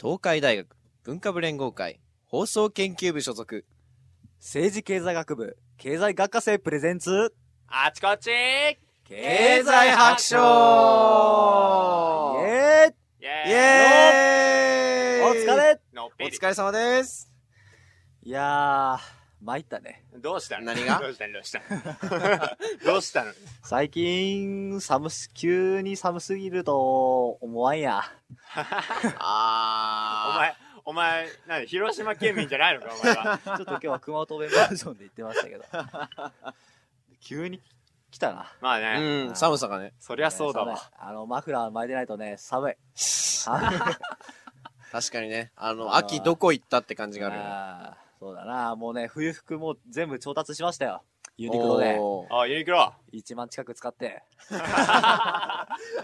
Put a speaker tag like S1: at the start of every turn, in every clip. S1: 東海大学文化部連合会放送研究部所属
S2: 政治経済学部経済学科生プレゼンツ
S3: あちこちイエ
S1: 経済白書
S2: イエーイ
S1: イ
S3: ーイ
S1: エーイ
S2: お疲れ
S3: のっ
S1: お
S3: ぺり
S1: 疲れ様です
S2: いやー参ったね
S3: どうしたの
S1: 何が
S3: どうしたのどうした のどうしたの
S2: 最近寒す急に寒すぎると思わ んや
S3: お
S1: あ
S3: 前、お前、何広島県民じゃないのか、お 前は。
S2: ちょっと今日は熊本弁バージョンで言ってましたけど急に来たな
S3: まあね、
S1: うん寒さがね
S3: そりゃそうだわ
S2: ね。寒いあのマフラー巻いてないとね寒い
S1: 確かにねあの
S2: あー
S1: 秋どこ行ったって 感じがあるよね
S2: あーそうだなもうね冬服も全部調達しましたよユニクロで
S1: おー
S3: あ、ユニクロ。
S2: 1万近く使って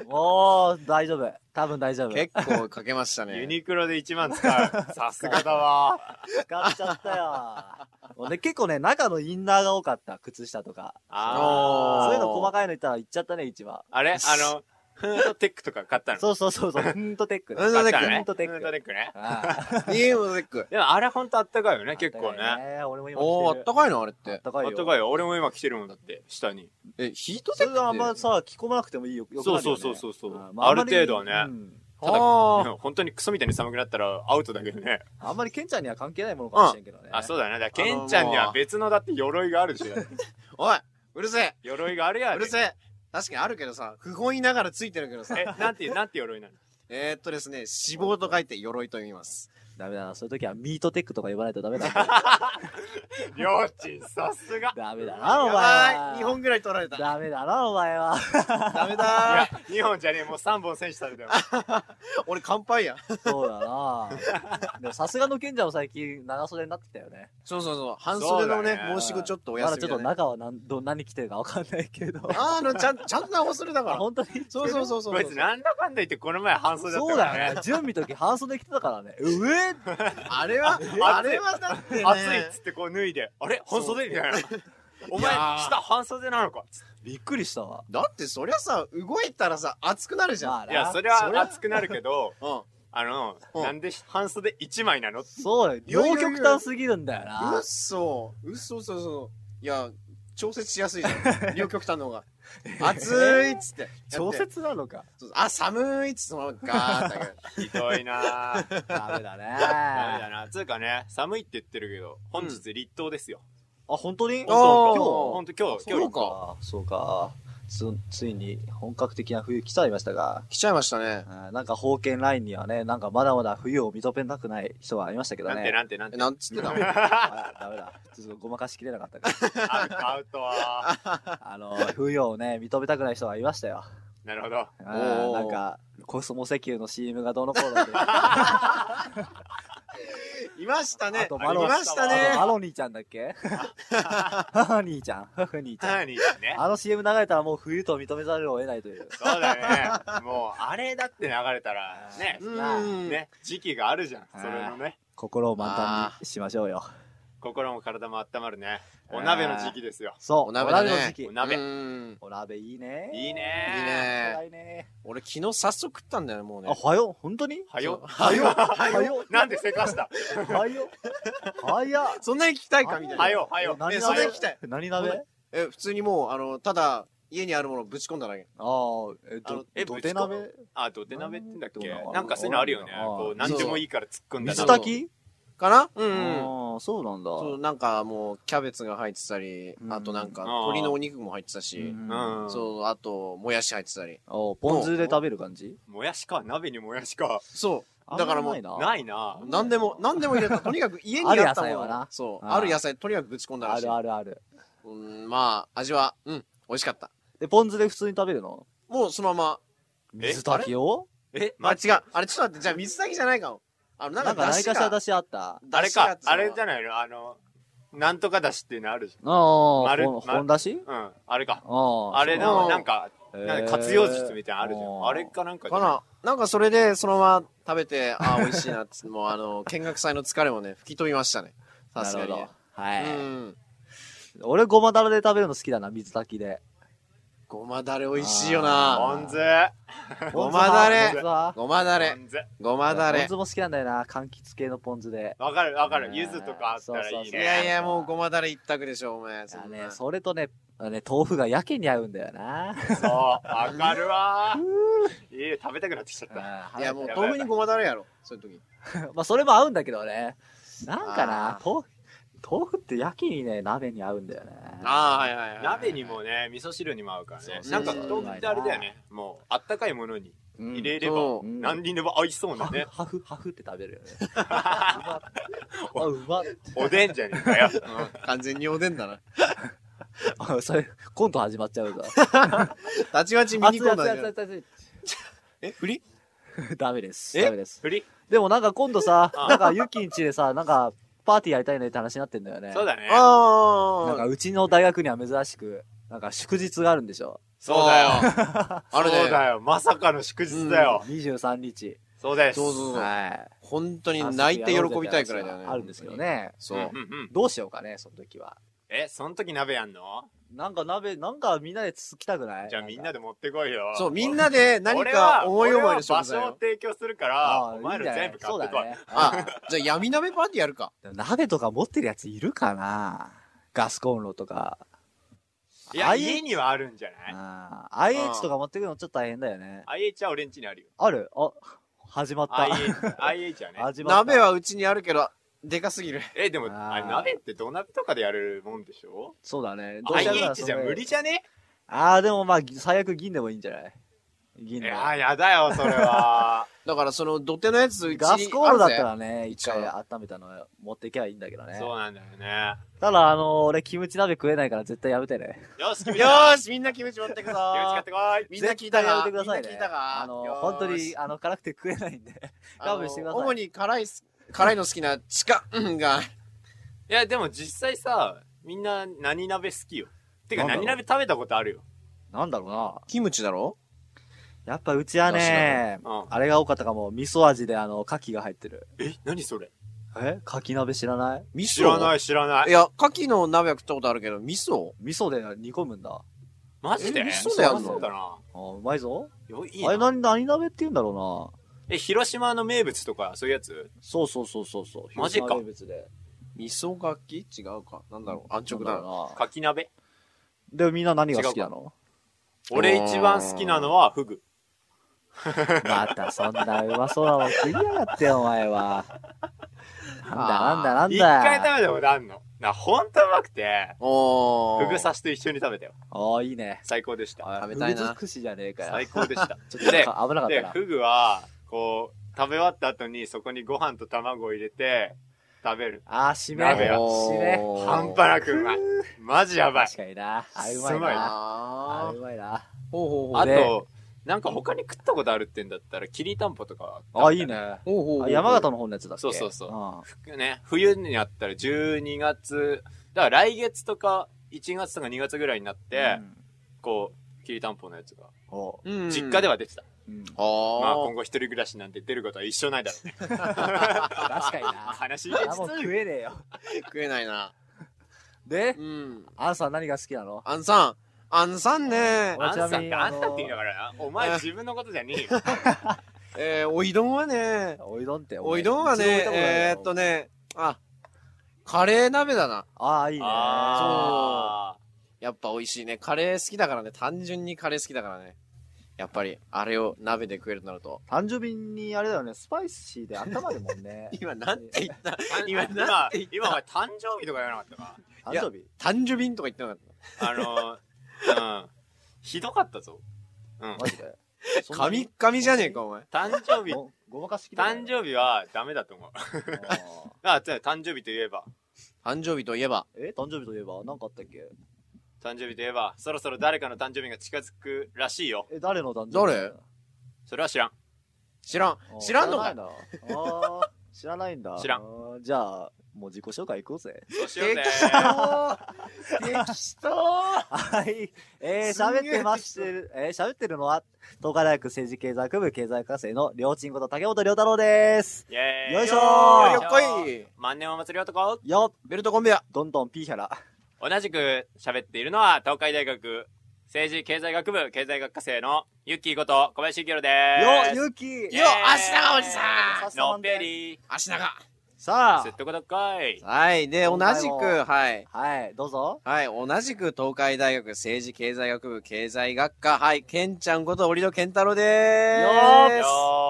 S2: もう大丈夫多分大丈夫
S1: 結構かけましたね
S3: ユニクロで1万使う。さすがだわ。
S2: 使っちゃったよ。もうね、結構ね、中のインナーが多かった。靴下とか。
S3: あ
S1: ー
S2: そういうの細かいの言ったら言っちゃったね、一番。
S3: ーあれあの、フードテックとか買ったの
S2: そうそうそうそう。フントテック。
S1: フントテック
S3: 買
S2: フント
S3: った
S2: テ
S3: ね
S2: ッ
S3: フ
S2: ク。
S3: ードテックね。
S2: あ
S1: ニームゼック
S3: でもあれほんとあったかいよね、
S2: ー
S3: 結構ね。
S2: あった
S3: あ
S2: かいね。俺も今
S1: お
S2: 着
S1: ーあっ
S2: てる。
S1: たかいのあれって
S2: あっ
S3: ったた
S2: か
S3: か
S2: い
S3: い
S2: よ。
S3: よ。俺も今着てるもんだって、下に。
S1: えヒートテ
S2: そ
S1: ッ
S2: れ
S1: クって
S2: があんまさ、着込まなくてもいいよ。よくないよね
S3: そうそうそうそう
S2: あーまあ
S3: ある程度はね
S2: あんまりうん
S1: あ
S3: ただ
S1: ー
S3: 本当にクソみたいに寒くなったらアウトだけどね。
S2: あんまりケンちゃんには関係ないものかもしれんけどね。。
S3: あ、そううだよね。だからケンちゃんには別のだって鎧があるで しょ。
S1: おいうるせえ
S3: 鎧があるやん。
S1: うるせえ確かにあるけどさ不本意ながらついてるけどさ
S3: え、なんて、なんて鎧なの
S1: えーっとですね脂肪と書いて鎧と言います
S2: ダメだな。そういう時はミートテックとか呼ばないとダメだ。
S3: りょうちん、さすが。
S2: ダメだな、お前
S1: や
S2: は
S1: ばい2本ぐらい取られた
S2: ダメだな、お前は。
S1: ダメ
S3: い
S1: だ
S3: や
S1: ー、
S3: 2本じゃねえ、もう3本選手されたよ。
S1: 俺乾杯や
S2: そうだなでもさすがの賢者も最近長袖になってきたよね。
S1: そうそうそう半袖の
S3: そう
S1: ね
S3: だね
S1: 申し子ちょっとお
S2: まだ
S1: 休
S2: ちょ
S1: みだ
S2: っと
S1: ね
S2: 中は何ど何着てるかわかんないけど。
S1: あのちゃんちゃんと長袖だか
S2: あ
S1: ら
S2: 本当に
S1: そうそうそうそう
S3: こいつなんだかんだ言ってこの前半袖だっ
S2: そ
S3: た
S2: う
S3: から
S2: だよ
S3: ね
S2: ね。。準備の時半袖着てたからね。うえ
S1: あれはあれはだってね
S3: 暑いっつってこう脱いで、あれ半袖みたいな。 お前、
S1: いやー
S3: 下半袖なのかっつっ
S2: びっくりしたわ。
S1: だってそりゃさ動いたらさ熱くなるじゃん
S2: まあ
S3: ていや、
S2: な
S3: それ
S1: それ
S3: は
S1: は
S3: 熱くなるけど、
S1: うん
S3: あの、
S1: うん
S3: なんで半袖1枚なの
S2: そうだよ。
S1: いやいや
S2: 両
S1: いや
S2: 極端すぎるんだよな。
S1: 嘘嘘そうそういや調節しやすいじゃん両極端の方 が暑いっつってやって
S2: 調節なのか。
S1: そうそうあ寒いっつってそのままガーッて上げる
S3: ひどいな ぁ。
S2: ダメだね。
S3: ダメ
S2: あ、
S3: だな。つうかね、寒いって言ってるけど、本日立冬ですよ。
S2: 本当に
S1: あー
S3: 本当今日、今日、
S1: そ
S3: 今
S1: う
S3: 日、
S1: か。
S2: そうか。つ、ついに本格的な冬 来ちゃいましたが、
S1: 来ちゃいましたね
S2: あーなんか封建ラインにはね、なんかまだまだ冬を認めたくない人がいましたけどね。
S3: なんてなんてなん
S1: え
S3: て。
S1: なんつってたの
S2: あダメだ。ちょっとごまかしきれなかったか
S3: アウト、アウトは。
S2: ら。あの、冬をね、認めたくない人がいましたよ。
S3: なるほど。
S2: あ
S1: お
S2: ー
S1: ー
S2: なんか、コスモ石油の CM がどうのこうのって。
S1: いました
S2: あ
S1: ね
S2: と
S1: あ
S2: マ
S1: り
S2: ロン
S1: ました
S2: あのマ
S1: ね
S2: ロニーちゃんだっけハフニーちゃん、ハフニーちゃん。
S3: 何ね。
S2: あの CM 流れたらもう冬と認めざるを得ないという。
S3: そうだね。もう、あれだって流れたら、ね
S1: う、
S2: あ
S1: ん
S3: ね、時期があるじゃん。
S2: あー
S3: それのね、
S2: 心を満タンにしましょうよ。
S3: 心も体も温まるね。お鍋の時期ですよ。
S2: そう、
S1: お
S2: お
S1: 鍋
S2: 鍋,、
S1: だね
S2: の時期
S3: お。鍋。
S1: うん
S2: お鍋いいね。
S3: いい
S1: いい
S3: ね
S1: ね
S2: 辛いね。
S1: 俺昨日早速食ったんだよねもうね
S2: あ、はよ、本当に
S3: はよ。
S2: はよ、はよ、
S3: なんでせかした
S2: はよ、はや。
S1: そんなに聞きたいかみたいな
S3: はよ、はよ。
S2: 何
S1: えそれ
S2: 鍋
S1: 聞きたい
S2: 何鍋
S1: ごめんえ普通にもうあのただ家にあるものをぶち込んだだけ
S2: ああ、えっ
S3: あの
S2: と、
S3: え
S2: 土手鍋
S3: あ、土手鍋って言うんだっけ
S2: どうなの
S3: なんかそういうのあるよね。
S2: あー
S3: こう、なんでもいいから突っ込んだ
S2: 水
S3: な
S1: そう
S2: 炊き
S1: かなうん
S2: う
S1: うん
S2: ああ、そうなんだ。
S1: そうなんかもうキャベツが入ってたり、
S2: うん
S1: あとなんか
S3: あー
S1: 鶏のお肉も入ってた
S2: う
S1: し、
S2: ん
S3: うん。そ
S1: そうあともやし入ってたり
S2: おポン酢で食べる感じ
S3: う。もやしか、鍋にもやしか。
S1: そうだからも
S2: あん
S1: う
S2: まないな
S3: ないな
S2: あんま
S1: 何でも何でも 入れたとにかく家にあったも
S2: ある野菜
S1: の
S2: はな
S1: そう
S2: あー
S1: ある野菜とにかくぶち込んだら
S2: あ
S1: しい
S2: るあるある。
S1: うんまあ味はうん美味しかった
S2: で、ポン酢で普通に食べるの
S1: もうそのま
S3: え
S2: 水炊きを
S3: え、
S1: まあ
S3: ま、
S1: 違うあれちょっと待ってじゃあ水炊きじゃないかもあの
S2: な
S1: なんん
S2: か
S1: か
S2: 何
S1: 出汁
S2: かしら
S1: が
S2: 出汁あった。
S3: あれか、あれじゃ
S1: ん
S3: ないのあの、なんとかだしっていうのあるじ
S2: ああ、
S3: 丸
S2: ほん
S3: 丸
S2: ほんだし
S3: ゃん。うん、あれか。
S2: ああ。
S3: あれ
S1: う
S3: の、
S1: ん
S3: なんか、
S2: そう
S3: なん
S2: へ
S3: か
S2: え
S3: 活用術みたいなのあるじゃ
S2: あ
S3: ん。
S2: ー
S3: あれかなんかじゃ
S1: か
S3: ない
S1: ななんかそれでそのまま食べてあー美味しいなっつって もうあの見学祭の疲れもね吹き飛びましたねさすが
S2: な
S1: に
S2: るほ
S1: ね
S2: ど。は
S1: う
S2: い。
S1: ん
S2: 俺、ごまだれで食べるの好きだな、水炊きで。
S1: ごまだれ美味しいよな
S2: あ
S3: ポン酢ポ
S1: ごまだれ
S2: ポン酢は
S1: ごまだれ
S3: ン酢
S1: ごまだ
S2: ポ
S1: れ
S2: ン酢も好きなんだよな柑橘系のポン酢で
S3: わかるわかる
S2: ね
S3: 柚子とかあったら
S2: そう
S3: いい
S2: そう
S3: ね
S1: い
S2: そう
S1: やいやもうごまだれ一択でしょお前
S2: い
S1: そ
S2: や
S1: ん
S2: ね
S1: な
S2: それとねあのね豆腐がやけに合うんだよな
S3: そうわか るわいい食べたくなってきちゃった
S2: う
S1: い
S2: ん
S1: やもう豆腐にごまだれやろそういう時
S2: まあそれも合うんだけどねなんかな
S1: あ
S2: 豆腐豆腐ってやけにね鍋に合うんだよね
S1: ああはいはいはい
S3: 鍋にもね味噌汁にも合うからね
S1: そう
S3: なんか
S1: そう
S3: 豆腐ってあれだよねもうあったかいものに
S2: うん
S3: 入れれば
S1: そう
S2: うん
S3: 何にでも合いそう
S2: ハ
S3: な
S2: フ
S3: ね
S2: ハフハフって食べるよねうまっあうまっ
S3: おでんじゃねえかよ
S1: うん完全におでんだな
S2: あそれコント始まっちゃうぞ
S1: たちまちミニ
S2: 熱い
S1: コーナ
S2: 熱い
S1: ーじゃ
S2: 熱い
S1: ん
S2: 熱い熱い
S1: え振り
S2: ダメです。
S1: え
S2: ダメです。
S3: ふり
S2: でもなんか今度さ、
S3: うん
S2: なんかユキんちでさ、なんかパーティーやりたいねって話になってんだよね。
S3: そうだね
S2: なん
S1: あ
S2: か
S1: あ
S2: うちの大学には珍しく、なんか祝日があるんでしょ。
S3: そうだよ
S1: あれね
S3: そうだよまさかの祝日だよ
S2: 23日。
S3: そうです
S1: そうそうそう
S2: は
S1: 本当
S2: い。
S1: に泣いて喜びたいくらいだよね
S2: あるんですよね。
S1: そううん
S3: うんうん
S2: どうしようかね、その時は。
S3: えその時鍋やんの
S2: なんか鍋、なんかみんなでつつきたくない
S3: じゃあみんな
S2: で。
S3: で持ってこいよ
S1: そうみんなで何か思い思いの食材
S3: 俺は場 所を
S1: を
S3: 提供するか
S2: あ
S3: ら
S2: あ
S3: お前
S2: いいん
S3: ら
S2: じゃない
S3: 全部買って
S2: そ
S3: こ
S2: うだ
S3: い
S2: ね。
S1: あじゃあ闇鍋パーティーやるか
S2: でも 鍋とか持ってるやついるかなガスコンロとか。
S3: いや
S2: IH
S3: 家にはあるんじゃない
S2: ああ IH とか持ってくのちょっと大変だよね。
S3: IH は俺ん家にあるよ
S2: あるあ、始まった。
S3: IH IH はね
S2: 始まった。
S1: 鍋はうちにあるけどでかすぎる
S3: えでも
S2: あー
S3: あれ鍋って土鍋とかでやるもんでしょ
S2: そうだね。どうせだったら
S3: IH じゃ
S2: その
S3: 無理じゃね
S2: ああ、でもまあ、最悪銀でもいいんじゃない
S3: い
S2: 銀でも。
S3: ややだよそれは
S1: だからその土手のやつうちにあ
S2: ガ
S1: るぜ
S2: スコールだったらね、一
S1: 一応
S2: 回温めたの持っていけばいいんだけ どね。
S3: そうなんだよね
S2: ただ、あの、俺、キムチ鍋食えないから絶対やめてね。
S3: よし君
S1: よ
S3: よし
S1: ーしみんなキムチ持ってくぞ
S3: 君使ってこい
S1: みんな聞いた
S2: 絶対やめ
S1: か
S2: てください
S1: みん
S2: ね。
S1: な聞いたか
S2: あの、
S1: よーし
S2: 本当に、あの、辛くて食えな いんで。勘弁してください
S1: あの主に辛いす辛いの好きなチカうんが
S3: いやでも実際さみんな何鍋好きよてか
S2: なんだろ
S3: 何
S2: う
S3: 鍋食べたことあるよ
S2: なんだろうな。
S1: キムチだろ
S2: やっぱうちはね、
S3: だねうん
S2: あれが多かったかも。味噌味で、あの、牡蠣が入ってる。
S3: え何それ
S2: え牡蠣鍋知らない
S1: 味噌
S3: 知らないい知らないい
S1: や牡蠣の鍋は食ったことあるけど味噌
S2: 味噌で煮込むんだ。あ
S3: マジで
S1: え味噌でやんの
S3: そうだな
S2: ーうまいぞ。
S3: よいい
S2: あれ
S3: な
S2: 何、何鍋って言うんだろうな。
S3: え広島の名物とかそういうやつ
S2: そうそうそうそうそう。
S3: マジか
S2: 広島名物で。
S1: 味噌牡蠣違うかなんだろう安直
S2: な
S1: だ
S2: ん
S1: な
S2: だろうな。
S3: かき鍋
S2: でもみんな何が好きなの
S3: 俺一番好きなのはフグ
S2: またそんなうまそうなもん食いやがってお前は。なんだなんだなんだ。
S3: 一回食べたことあんのなほんとうまくて
S1: おー
S3: フグ刺しと一緒に食べたよ
S2: おーいいね。
S3: 最高でした
S1: 食べたいな
S2: フグ尽くしじゃねえかよ。
S3: 最高 でした
S2: ちょっとなん
S3: で
S2: か危なかっ
S3: で
S2: たな。
S3: フグはこう食べ終わった後にそこにご飯と卵を入れて食べる
S2: あー、締め。
S3: 鍋や
S2: 締め。
S1: おー
S3: 半端なくうまいマジやばい
S2: 確かにな。あれうますい
S3: ごい
S2: な。あ
S1: あ
S2: れ
S1: ー
S2: うまいな。
S1: ほうほうほう
S3: あ
S2: で
S3: となんか他に食ったことあるってんだったらきりたんぽとかは食べた
S2: あ、いいね。あ
S1: ほうほうほう
S2: 山形の方のやつだっけ
S3: そうそうそう
S2: う
S3: ふね冬になったら12月だから来月とか1月とか2月ぐらいになっ
S2: ん。
S3: て、
S2: うん
S3: こうきりたんぽのやつが
S2: おう
S1: うん
S3: 実家では出てた、
S2: うん
S3: まあ
S1: あ
S3: 今後一人暮らしなんて出ることは一緒ないだろうね
S2: 確かにな。
S3: 話 現
S2: あ、もう
S3: 実
S2: 食えねえよ。
S1: あ食えないな
S2: で、
S1: うん
S2: アンさん何が好きなの
S1: あんさんあんさんね
S2: まあ
S3: あんさんってあ
S2: あ
S3: ん
S2: の
S3: たって言いながらなお前
S1: あ
S3: 自分のことじゃねえよ
S1: えーおいどんはね
S2: おいどんって。
S1: おいどんはねえーっと
S2: ね。
S1: ねあカレー鍋だな
S2: ああ、いいね。
S3: あ
S1: やっぱ美味しいね。カレー好きだからね。単純にカレー好きだからね。やっぱり、あれを鍋で食えるとなると。。
S2: 誕生日にあれだよね、スパイシーで温まるもんね
S1: 今、なんて言った
S3: ー
S1: 今
S3: 今
S1: なん
S3: 今
S1: て言った
S3: 今お前誕生日とか言わなかったか
S2: 誕生日
S1: 誕生日とか言ってなかっ
S3: あのうんひどかったぞうん
S2: マジで。
S1: た。神々じゃねえか、お前。
S3: 誕生日
S2: ごごまかしきれない
S3: 誕生日はダメだと思う
S2: あ
S3: あつまり誕生日といえば
S1: 誕生日といえば。
S2: ーえ、誕生日といえば何かあったっけ
S3: 誕生日といえばそろそろ誰かの誕生日が近づくらしいよ
S2: え、誰の誕生日
S1: 誰
S3: それは知らん
S1: 知らん
S2: あ。ー
S1: 知らんのか
S2: 知らないなあー知らない んだ。
S3: 知らん
S2: あー。じゃあ、もう自己紹介いこうぜ。
S3: そうしよう
S1: 適
S3: ぜ
S1: 当適当
S2: はい。 えー、
S1: すげえ
S2: 喋ってましてる、えー、喋ってるのは、東海大学政治経済学部経済科生のりょうちんこと竹本りょうたろうです。
S3: イエーイ
S2: よいしょー
S1: よっこい
S3: 万年お祭り男
S2: よっ、
S1: ベルトコンベア。
S2: どんどんピーヒャラ。
S3: 同じく喋っているのは東海大学政治経済学部経済学科生のユッキーこと小林幸宏で
S2: よ
S3: す。
S2: ゆき
S1: よ足長おじさ
S2: ん
S3: のっぺり
S1: 足長
S2: さ
S3: すっとこどっかい。
S1: はい。で、同
S2: 今回
S1: じ
S2: も
S1: く、はい。
S2: あはいどうぞ
S1: はい。同じく東海大学政治経済学部経済学科。はい。ケンちゃんこと折戸健太郎で
S2: よ
S1: ー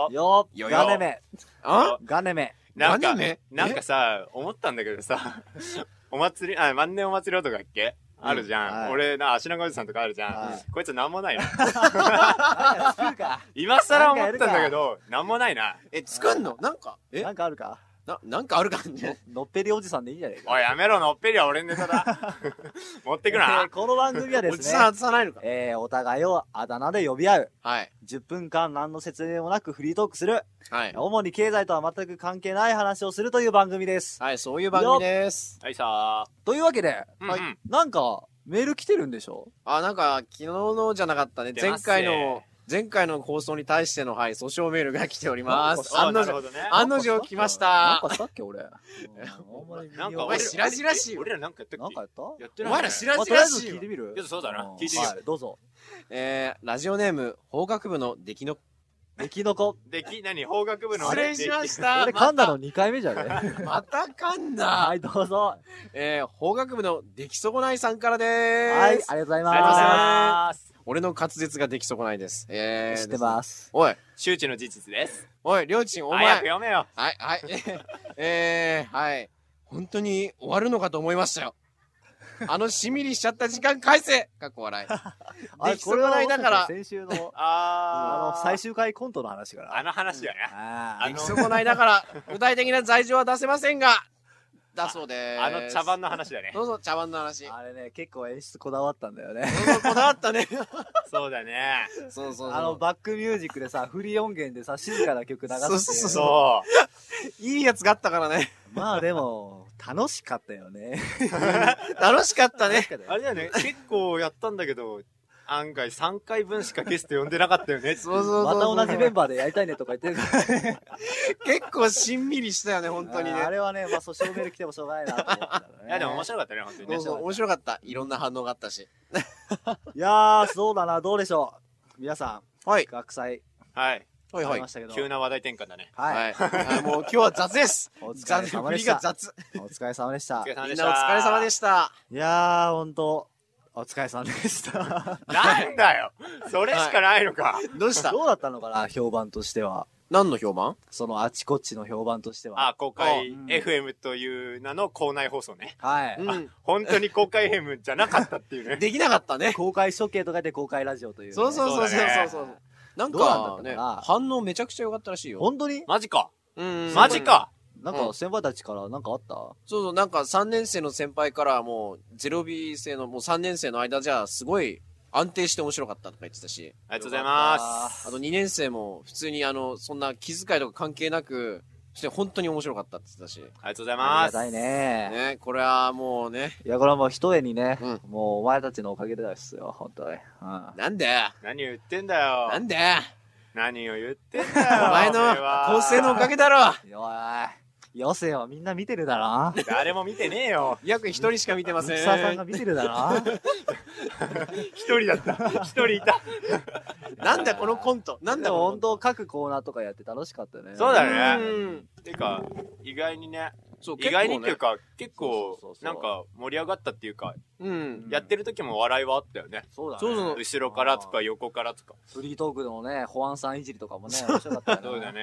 S1: す。
S3: よー
S1: よ
S2: よガネメ
S1: あ
S2: ガ ネメ
S3: な
S1: 何
S3: んか
S1: ね、
S3: なんかさ、思ったんだけどさ、 お祭り、あ、万年お祭り男だっけあるじゃん。
S2: はい
S3: 俺な、足長おじさんとかあるじゃん。
S2: は
S3: こいつなんもないな。
S2: なんか作るか
S3: 今更思ったんだけど、なんもないな。
S1: え、作んのなんか、え
S2: なんかあるか
S1: な、なんかあるかんね。
S2: のっぺりおじさんでいいんじゃないか
S3: おい、やめろ、のっぺりは俺のネタだ。 持ってくな
S2: えー。この番組はで
S1: おじ
S2: す
S1: さ
S2: ね
S1: ん外さないのか。
S2: えーお互いをあだ名で呼び合う
S1: はい。
S2: 10分間何の説明もなくフリートークする
S1: はい。
S2: 主に経済とは全く関係ない話をするという番組です
S1: はい、そういう番組です。
S3: はいさ
S2: というわけで、
S3: ー。うんうん
S1: はい
S2: なんかメール来てるんでしょ
S1: あ、なんか、昨日のじゃなかったね。
S3: 出
S1: 前
S3: ます
S1: 回の
S3: ね、
S1: 前回の放送に対しての、はい、訴訟メールが来ております。
S3: お
S1: 案の
S3: なる
S1: 定、
S3: ほどね。
S1: 案の定来ました
S2: なん。かしたっけ俺。うんあんまり見よう
S3: なんか
S1: お前知らじらしいよ
S3: 俺らなんかやったっ
S2: なん
S3: け
S2: かやった
S3: やって
S1: お
S3: ない
S1: 前ら知ら
S2: まあ
S1: ず
S2: とりあ
S1: ら
S2: えず
S1: しいよ
S2: 聞いてみる
S3: いやそうだなん聞いてみる
S2: はいどうぞ。
S1: えー、ラジオネーム、法学部の出来の、
S2: 出来の子。
S3: でき、何法学部の
S1: 失礼しまし
S2: 俺
S1: た。
S2: 噛んだの2回目じ ゃね
S1: また噛んだ
S2: は。い、どうぞ。
S1: えー、法学部の出来損ないさんからで
S2: はい、あり
S1: ーす。
S2: がとうござい
S3: ありがとうござい
S2: ま
S3: ます。
S1: 俺の滑舌が出来損ないです。えー、。
S2: す。知ってますす。
S1: おい、
S3: 周知の事実です。
S1: おい、りょうちん、お前。
S3: 早
S1: は
S3: く
S1: い、
S3: 読めよ。
S1: はい、 えー、はい。本当に終わるのかと思いましたよ。あのしんみりしちゃった時間返せかっこ笑い。出来損ないだから、
S2: 先週の、
S3: あ
S2: あ
S3: ー。
S2: の、最終回コントの話か
S3: あ
S2: ら。
S3: の話だね。
S2: あ
S1: 出
S2: ー
S1: 来損ないだから、具体的な罪状は出せませんが、だそうでーす。
S3: あの茶番の話だね。
S1: どうぞ、茶碗の話。
S2: あれね、結構演出こだわったんだよね。
S1: そうそうこだわったね。
S3: そうだね。
S1: そうそうそう。
S2: あの、バックミュージックでさ、フリー音源でさ、静かな曲流
S1: そうそう
S2: して。
S1: そう
S3: そ
S1: いいやつがあったからね。
S2: まあでも、楽しかったよね。
S1: 楽しかったね。
S3: う。あれだよね。結構やったんだけど、案外3回分しかゲスト呼んでなかったよね。
S1: そうそう
S2: ま
S1: そう
S2: た
S1: そう。
S2: 同じメンバーでやりたいねとか言ってるから
S1: 結構しんみりしたよね、本当に
S2: あーあ
S1: ね。
S2: れはね、まあ、訴訟メール来てもしょうがないなと思ったからね。
S3: いや、でも面白かったね、本当に
S1: そ
S3: ね
S1: う。そう、面白かった。いろんな反応があったし。
S2: いやー、そうだな、どうでしょう。皆さ
S1: はい
S2: ん、。学祭
S3: はい。
S1: はい
S2: あ
S1: は
S2: り
S1: い
S2: ま。したけど。
S3: 急な話題転換 だね。
S2: は。
S1: はいい。あもう今日は雑です。
S2: お疲
S1: 雑、
S2: れ様で
S1: 振り
S2: し
S1: が
S2: た。
S1: 雑。
S2: お疲れ様でした
S3: お疲。れ様
S1: み
S3: で
S1: ん
S3: し
S1: な
S3: た。
S1: お疲れ様で
S3: し
S1: した。
S2: いやー、ほんと、お疲れ様で した。
S3: た。なんだよ。それしかないのか。
S1: どうした
S2: どうだったのかな、評判としては。
S1: 何の評判。
S2: そのあちこちの評判としては。
S3: あ、公開
S2: うん
S3: FM という名の校内放送ね。
S2: はいう
S1: ん。
S3: 本当に公開 FM じゃなかったっ ていうね。
S1: できなかったね。
S2: 公開処刑とかで公開ラジオというね。
S1: そうそうそうそう
S3: そうだ
S1: そう
S3: ね
S1: そう。なん
S2: どうなんだっ
S1: か
S2: たか
S1: ね、
S2: な
S1: 反応めちゃくちゃ良かったらしいよ。
S2: 本当に
S3: マジか。
S1: うん
S3: マジ。か。
S2: なん
S1: う
S2: か
S1: ん
S2: 先輩たちからなんかあった
S1: そうそう、なんか3年生の先輩からもう、ゼロ B 生のもう3年生の間じゃ、すごい安定して面白かったとか言ってたし、
S3: ありがとうございま
S1: あと2年生も普通にあの、そんな気遣いとか関係なく、そして本当に面白かったって言ってたし、
S3: す。ありがとうござい
S2: あ
S3: ま
S2: りがた
S3: す。
S2: いね。
S1: ね、これはもうね、
S2: いや、これはもう一重にね、
S1: うん
S2: もうお前たちのおかげですよ、本当に。うん
S1: なんだよ
S3: 何を言ってんだよ。
S1: なんだよ
S3: 何を言ってんだよ。
S1: お前の
S3: 俺は
S1: 構成のおかげだろ
S2: おい、よせよ、みんな見てるだろ。
S3: 誰も見てねえよ。
S1: 約一人しか見てま
S2: ミ
S1: せ
S2: キサーさんが
S1: ん。
S2: 見てるだろ。
S3: 一人だった。一人いた。
S1: なんだこのコントなん
S2: で
S1: だ
S2: も
S1: こ
S2: 本当、各コーナーとかやって楽しかったね。
S3: そう
S1: の
S3: だ
S1: コン
S3: よ
S1: ト
S3: ね
S1: うん
S3: てか、意外にね、
S1: そう、
S3: 意外にっていう
S1: か。
S3: か、結構
S2: そうそうそう、そう
S3: なんか盛り上がったっていうか、
S1: うん。
S3: やってる時も笑いはあったよね。
S2: そうだね。
S1: そうそう
S3: 後ろからとか横からとか。
S2: フリートークのね、保安さんいじりとかもね、面白かったよ
S3: そうだね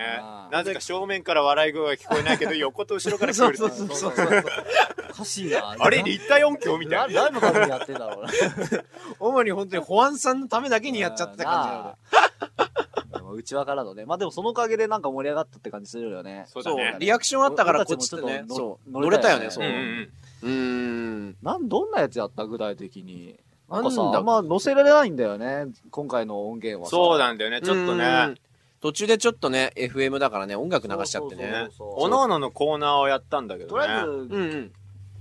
S2: ん。
S3: なぜか正面から笑い声が聞こえないけど、横と後ろから聞こえる。
S1: そうそうそうそう
S2: おかしいな。
S3: あれ立体音響みた
S2: ない
S3: な。
S2: 何のためにやってんだろうな。
S1: 主に本当に保安さんのためだけにやっちゃってた感じなので。
S2: じなの内輪からのね。まあでもそのおかげでなんか盛り上がったって感じするよね。
S3: そうだ
S1: そ
S3: ね
S1: う、。リアクションあったからこ
S2: 俺
S1: ったち
S2: ち
S1: と
S2: も
S1: ね、
S2: ちょっと
S1: そう、
S2: 乗
S1: 乗れたよね、
S2: 乗れ
S1: そ
S2: た
S1: う。
S2: よ
S1: う
S2: ね
S3: ん
S1: ーん。
S2: なん、どんなやつやった具体的に。なんかさ、
S1: なん
S2: あ
S1: だ
S2: んま載せられないんだよね。今回の音源はさ。
S3: そうなんだよね、ちょっとね。。
S1: 途中でちょっとね、FM だからね、音楽流しちゃって
S2: そうそう
S1: ね。
S3: おのおののコーナーをやったんだけど
S2: とりあえ
S3: ね。
S2: ず、
S1: うんうん。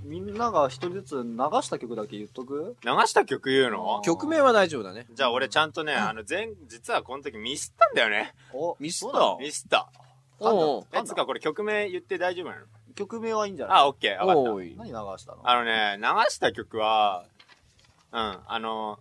S2: みんなが一人ずつ流した曲だけ言っとく
S3: 流した曲言うの
S1: 曲名は大丈夫だね。
S3: じゃあ俺ちゃんとね、あの、前、実はこの時ミスったんだよね。
S2: お
S1: ミス
S2: そう
S1: タ
S2: だ
S1: ー
S3: ミスった。
S1: おう
S3: え、つうかこれ曲名言って大丈夫なの
S2: 曲名はいいんじゃない
S3: あ、オッケー、わか
S1: お
S3: っ
S1: うい。
S2: 何流したの
S3: た。あのね、流した曲は、うん、あの、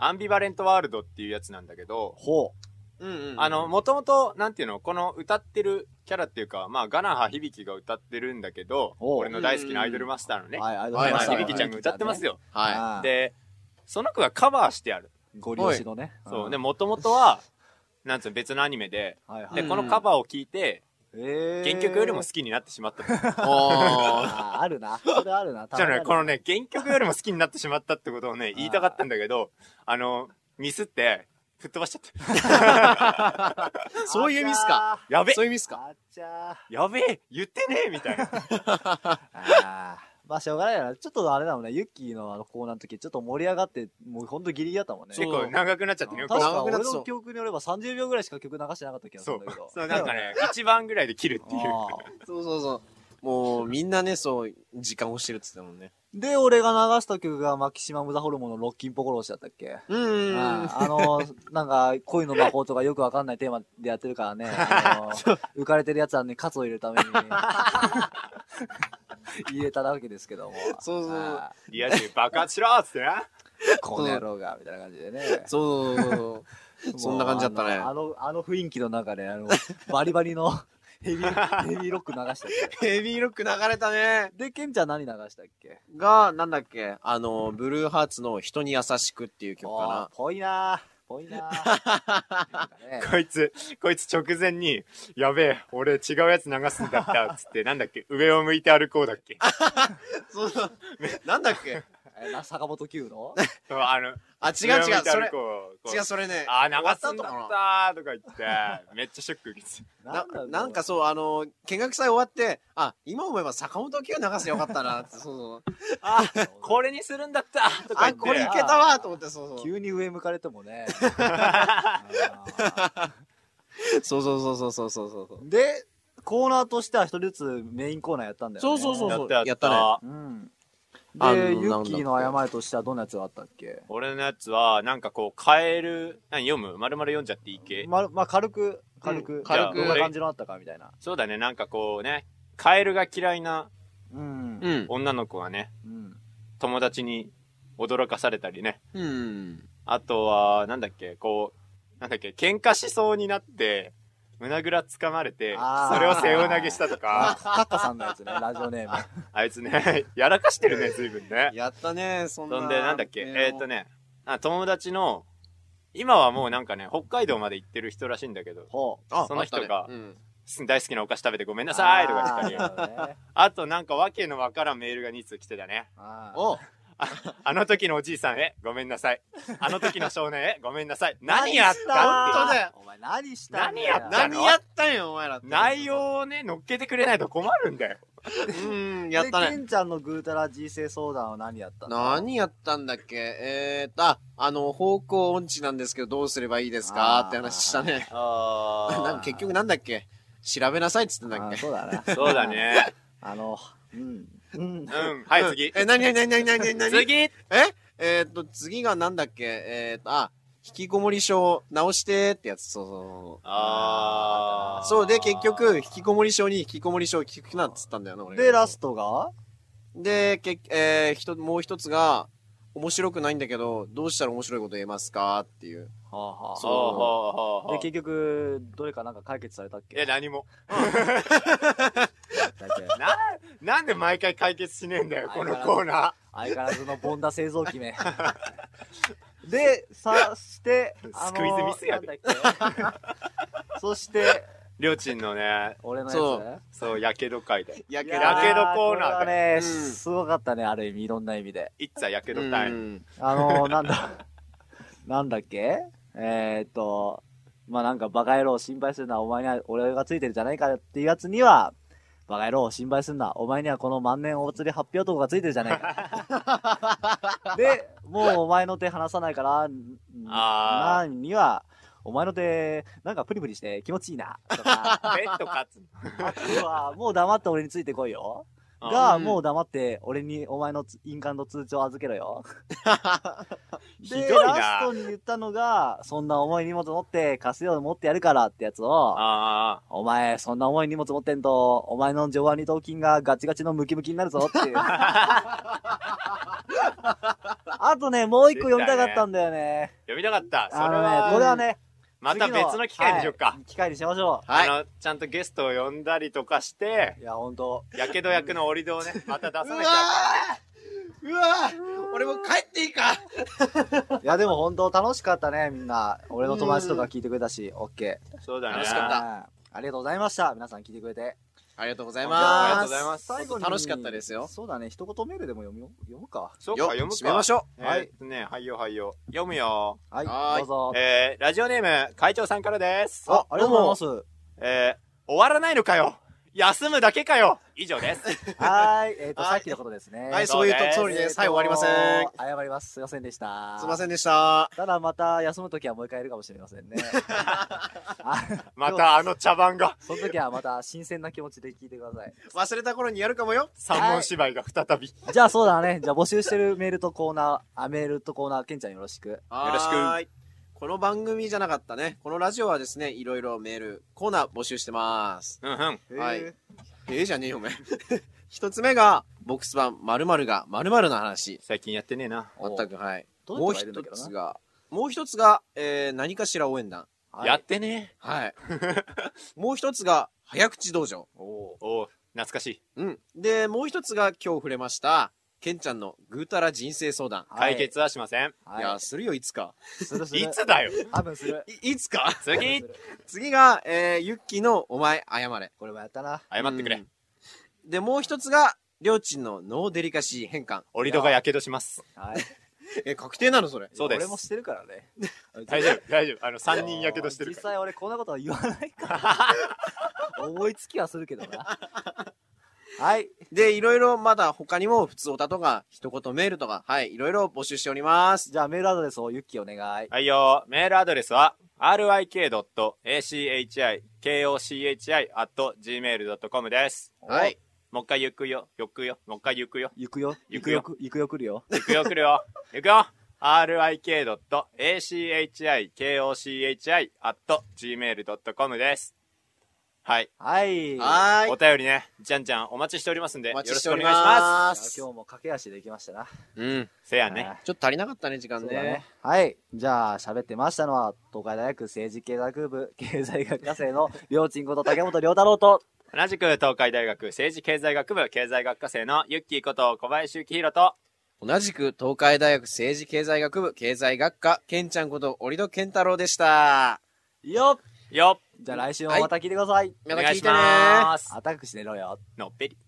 S3: アンビバレントワールドっていうやつなんだけど、
S2: ほ
S1: うんうんうん
S3: あの、、もともと、なんていうの、この歌ってるキャラっていうか、まあ、ガナハ響が歌ってるんだけど、
S2: おう
S3: 俺の大好きなアイドルマスターの
S2: う。
S3: ね、
S2: はい、ありがとうご
S3: ガ
S2: ざい
S3: ナ
S2: ま
S3: ハ
S2: す。
S1: はいはい
S3: 響ちゃんが歌ってます
S2: よ。
S3: よ。
S1: は
S2: はい。で、
S3: で、その子がカバーしてある。
S2: ご利用しのね。
S3: そう。
S2: ん
S3: で、、もともとは、なんつうの、別のアニメで、
S2: はいは
S3: で、
S2: い。
S1: うん
S3: このカバーを聞いて、
S2: えー
S3: 原曲よりも好きになってしまった。
S1: い。あ
S2: あーあるな。それあるな。
S3: じゃあね、この
S2: ね、
S3: ね、原曲よりも好きになってしまったってことをね、言いたかったんだ けど、あの、ミスって、吹っ飛ばしちゃった。
S1: ー そういうミスか。
S2: か。
S3: やべ
S1: そういうミスか。
S2: あちゃー。
S3: やべえ言ってねえみた いな。
S2: あーまあ、しょうがないよな。ちょっとあれだもんね。ユッキーのあのコーナーの時、ちょっと盛り上がって、もうほんとギリギリだったもんね。
S3: 結構長くなっちゃってね。
S2: 確
S3: こう
S2: か
S1: 長くなって
S2: 俺
S1: そう
S2: の記憶によれば30秒ぐらいしか曲流してなかった気がす
S3: そ
S2: るん
S3: う
S2: だけど。。
S3: そう、なんかね、一番ぐらいで切るっていう。
S1: そうそうそう。もう、みんなね、そう、時間をしてるって言ってたもんね。
S2: で、俺が流した曲がマキシマムザホルモンのロッキンポコロシだったっけ
S1: う
S2: うんん、あの、なんか、恋の魔法とかよくわかんないテーマでやってるか らね、あの浮かれてるやつはね、カツを入れるために、 入れたわけですけども。
S1: そうそう
S2: あー
S3: リア充爆発しろっつってな。
S2: この野郎が、みたいな感じでね。
S1: そうそう そうそ
S2: も
S1: う。
S2: う
S1: そんな感じだったね。
S2: あの、あのあの雰囲気の中で、あの、バリバリの ヘ ビ、ヘビロック流したっけ
S1: ヘビーロック流れたね。
S2: で、ケンちゃん何流したっけ
S1: が、なんだっけ、あの、ブルーハーツの人に優しくっていう曲
S2: あ
S1: か
S2: ーぽいなーぽ いなーなんかね
S3: こいつ、こいつ直前に、やべえ、俺違うやつ流すんだった、つって、なんだっけ、上を向いて歩こうだっけ。
S1: な。そうそう。 なんだっけ
S2: えな坂本九の
S3: そうあの、
S1: あ、違う違う、それ、
S3: れ
S1: 違う、それね。
S3: あー、流すんだったーとか言って、めっちゃショック受けて
S1: な
S2: だろう
S1: なんかそう、あの、見学祭終わって、あ、今思えば坂本九流せよかったなって、そうそう。
S3: あ、これにするんだったーとか
S1: あ、
S3: 言って。
S1: これいけたわと思って、そうそう。
S2: 急に上向かれてもね
S1: そうそうそうそうそうそうそう。
S2: でコーナーとしては一人ずつメインコーナーやったんだよね
S1: そうそうそう
S3: やったや
S1: や
S3: っ
S1: ったね
S3: た。
S2: う、ん、
S1: あの
S2: でユッキー
S1: なんだっ
S2: の謝りとしてはどんなやつがあったっけ
S3: 俺のやつは、なんかこう、カエル、何読む丸々読んじゃっていい系
S2: ままあ軽く軽く、
S1: うん
S3: 軽く
S2: どんな感じのあったかみたいな
S3: そうだね、なんかこうね、カエルが嫌いな
S2: うん
S1: うん。
S3: 女の子がね、
S2: うん
S3: 友達に驚かされたりね。
S1: うん。
S3: あとは、なんだっけ、こう、なんだっけ、喧嘩しそうになって、胸ぐら掴まれて、
S2: あー
S3: それを背負い投げしたと
S2: あ
S3: か、
S2: カッカさんのやつねラジオネーム
S3: あいつね、 やらかしてるね、随分ね。
S1: やったね、そんな。
S3: そんで、なんだっけ、えーっと。ね、あ友達の、今はもうなんかね、北海道まで行ってる人らしいんだけど、
S2: ほう
S1: あ
S3: その人
S1: あ
S3: が
S1: ったねうん
S3: 大好きなお菓子食べてごめんなさいとか言ったり、
S2: あーなるほどね
S3: あとなんかわけのわからんメールが2通来てたね。
S2: あー
S1: お
S3: あの時のおじいさんへ、ごめんなさい。あの時の少年へ、ごめんなさい。何やったって
S1: だよ
S2: お前何したんだよ
S3: 何やったの
S1: 何やったんよ、お前らって。
S3: 内容をね、乗っけてくれないと困るんだよ。
S1: うん、やった
S2: で、ケ
S1: ね。
S2: ンちゃんのぐうたら人生相談は何やったの
S1: 何やったんだっけえーっと、あ、あの、方向音痴なんですけど、どうすればいいですか
S2: あー
S1: って話したね。
S3: あ
S1: なんか結局なんだっけ調べなさいって言ってん
S2: あ
S1: だっ
S2: ー
S1: け
S2: そうだな。
S3: そうだ。ね。
S2: あの、うん。うん
S3: う。ん。 はい、次。
S1: え、なになになになになになに
S3: 次
S1: ええーっと、次がなんだっけえーっと、あ、引きこもり症直してってやつ、そうそうそう。
S3: あー
S1: そうで、結局、引きこもり症に引きこもり症聞くなっつったんだよな、俺が。
S2: で、ラストが
S1: で、けえー、ひともう一つが、面白くないんだけど、どうしたら面白いこと言えますかっていう。
S2: はあは
S1: そ
S3: ほうほうほうほう
S2: で、結局、どれかなんか解決されたっけ
S3: いや、何も。
S2: だけ
S3: な、なんで毎回解決しねえんだよ、このコーナ
S2: 相変わらずのボンダ製造機 め。で、さして、
S3: スクイズミスやで
S2: で。なんだっけそして、
S3: ー。りょうちんのね、
S2: 俺のやつ
S1: そ
S2: ね。
S3: そう、やけど会で。
S1: や
S2: い
S1: け
S2: や
S1: ど
S3: やけどコーナー
S2: これは
S1: う
S2: ね、
S1: ん
S2: すごかったね、ある意味、いろんな意味で。
S3: いっつはやけど
S1: う
S3: 会。
S1: ん
S2: あのー、なんだ、なんだっけえー、っと、まあ、なんか、バカ野郎を心配するな、お前には、俺がついてるじゃないかっていうやつには、バカ野郎を心配するな、お前にはこの万年お釣り発表とかがついてるじゃないか。で、もうお前の手離さないから、ん
S3: あ
S2: なには、お前の手、なんかプリプリして気持ちいいな、とか、
S3: ペット勝つ。
S2: あとは、もう黙って俺についてこいよ。が、
S1: うん
S2: もう黙って、俺にお前のつ印鑑と通帳預けろ よ。
S3: ひど
S2: で、
S3: い
S2: ラス
S3: な
S2: ト。に言ったのが、そんな重い荷物持って、貸すよう持ってやるからってやつを、
S3: あ
S2: お前、そんな重い荷物持ってんと、お前の上腕二頭筋がガチガチのムキムキになるぞって いう。あとね、もう一個読みたかったんだよね
S3: あ。、読みたかった。そ
S2: あ
S3: れ
S2: のね、こ
S3: は、
S2: れはね、
S3: また
S2: 次の
S3: 別の機会にしよう
S2: は
S3: か。
S2: い機会にしましょ
S1: はい。
S3: あの、ちゃんとゲストを呼んだりとかして、
S2: う。いや、ほんと。
S3: やけど役の折り戸をね、また出さ
S1: う
S3: な
S1: わ
S3: きゃ。
S1: ーうわー俺も帰っていいか
S2: いや、でもほんと楽しかったね、みんな。俺の友達とか聞いてくれたし、オッケー。
S3: そうだね。
S1: 楽しかった
S2: うんありがとうございました。皆さん聞いてくれて。
S1: ありがとうござ
S2: あ
S1: います。
S3: ありがとうございます
S2: 最後に
S1: 楽しかったですよ
S2: そうだね、一言メールでも読みよ読むか。
S3: そうか、
S1: よ、
S3: 読むか。
S1: 締めましょ
S3: えーっとね、はいよはいよ。読むよ。
S2: はい、
S1: はーい
S2: どうぞ。
S3: えー、ラジオネーム、会長さんからです。
S2: あ、ありがとうございます。
S3: えー、終わらないのかよ休むだけかよ以 上です。
S2: はーい、えっ、と、
S1: はい
S2: さっきのことですね。
S1: う。はい、
S3: そ
S1: そううい
S3: です
S1: う通りで、最後終わりません。
S2: ん。謝ります。すいませんでした。
S1: すいませ
S2: ん。
S1: んでした。
S2: ただまた休むときはもう一回いるかもしれませんね。 あ
S3: またあの茶番が、
S2: その時はまた新鮮な気持ちで聞いてください。
S1: 忘れた頃にやるかもよ。
S3: 三本芝居が再び。
S2: じゃあそうだね。じゃあ募集してるメールとコーナー、あ、メールとコーナー、ケンちゃんよろしく。
S1: よ
S3: ろしく
S1: この番組じゃなかったね。このラジオはですね、いろいろメール、コーナー募集してます。
S3: うんうん。
S1: はいええじゃねえよ、お前。 一つ目が、ボックス版〇〇が〇〇の話。
S3: 最近やってねえな。
S2: お
S1: 全く、はい。
S2: どう
S1: もう
S2: やってもらえるんだ
S1: 一
S2: けど
S1: つ
S2: な。
S1: が、もう一つが、えー、何かしら応援団。
S2: はい
S3: やってね
S1: はい。 もう一つが、早口道場。
S2: お
S3: え。おう懐かしい。
S1: うん。で、もう一つが今日触れました、ケンちゃんのぐうたら人生相談。
S2: はい
S3: 解決はしません。
S1: い、
S2: はい
S1: や、するよ、いつか。
S2: するする。
S3: いつ だよ
S2: 多分する。
S1: い、いつか
S3: 次
S2: するする
S1: 次が、えー、ユッキーのお前謝れ。
S2: これもやったな。
S3: 謝ってく
S1: う
S3: れ
S1: ん。。で、もう一つが、りょうちんのノーデリカシー変換。
S3: 折り戸がやけどします。
S2: はい。
S1: え、確定なのそれ。
S3: そうです
S2: 俺もしてるから ね。
S3: 大丈夫、大丈夫。あの、三人やけどしてる
S2: 実
S3: から。
S2: 際俺こんなことは言わないから 思いつきはするけどなはい
S1: で、いろいろまだ他にも、普通歌とか、一言メールとか、はい、いろいろ募集しております。
S2: じゃあメールアドレスをユッキーお願い
S3: はいよー。メールアドレスは、ryk.achikochi.gmail.com です。
S1: はい。
S3: もう一回行くよ、行くよ、もう一回行くよ。
S2: 行くよ
S3: 行くよ
S2: 行くよ来るよ
S3: 行くよ、来るよ。行くよ。ryk.achikochi.gmail.com です。はい。
S2: はい
S1: はー
S3: お
S1: い。
S3: 便りね、じゃんじゃんお待ちしておりますん
S1: お
S3: で、よろ
S1: 待ち
S3: し
S1: して
S3: くお
S1: おり
S3: 願いしま
S1: ま
S2: じゃあ
S1: す。
S2: 今日も駆け足できましたな
S1: うん。
S3: す。せやね。
S2: はい
S1: ちょっと足りなかったね、時間
S2: そう
S1: ね。
S2: だねはいじゃあ喋ってましたのは東海大学政治経済学部経済学科生のりょうちんこと竹本涼太郎と
S3: 同じく東海大学政治経済学部経済学科生のユッキーこと小林幸宏と、
S1: 同じく東海大学政治経済学部経済学科、ケンちゃんこと折戸健太郎でした。
S2: よっ
S3: よっ
S2: じゃあ来週もまた聞いてください、
S1: ま
S3: お
S1: た
S3: 願
S1: 聞
S3: い
S1: い
S3: して
S1: ね
S3: ます。
S2: あたかくして寝ろよ
S3: のっぺり。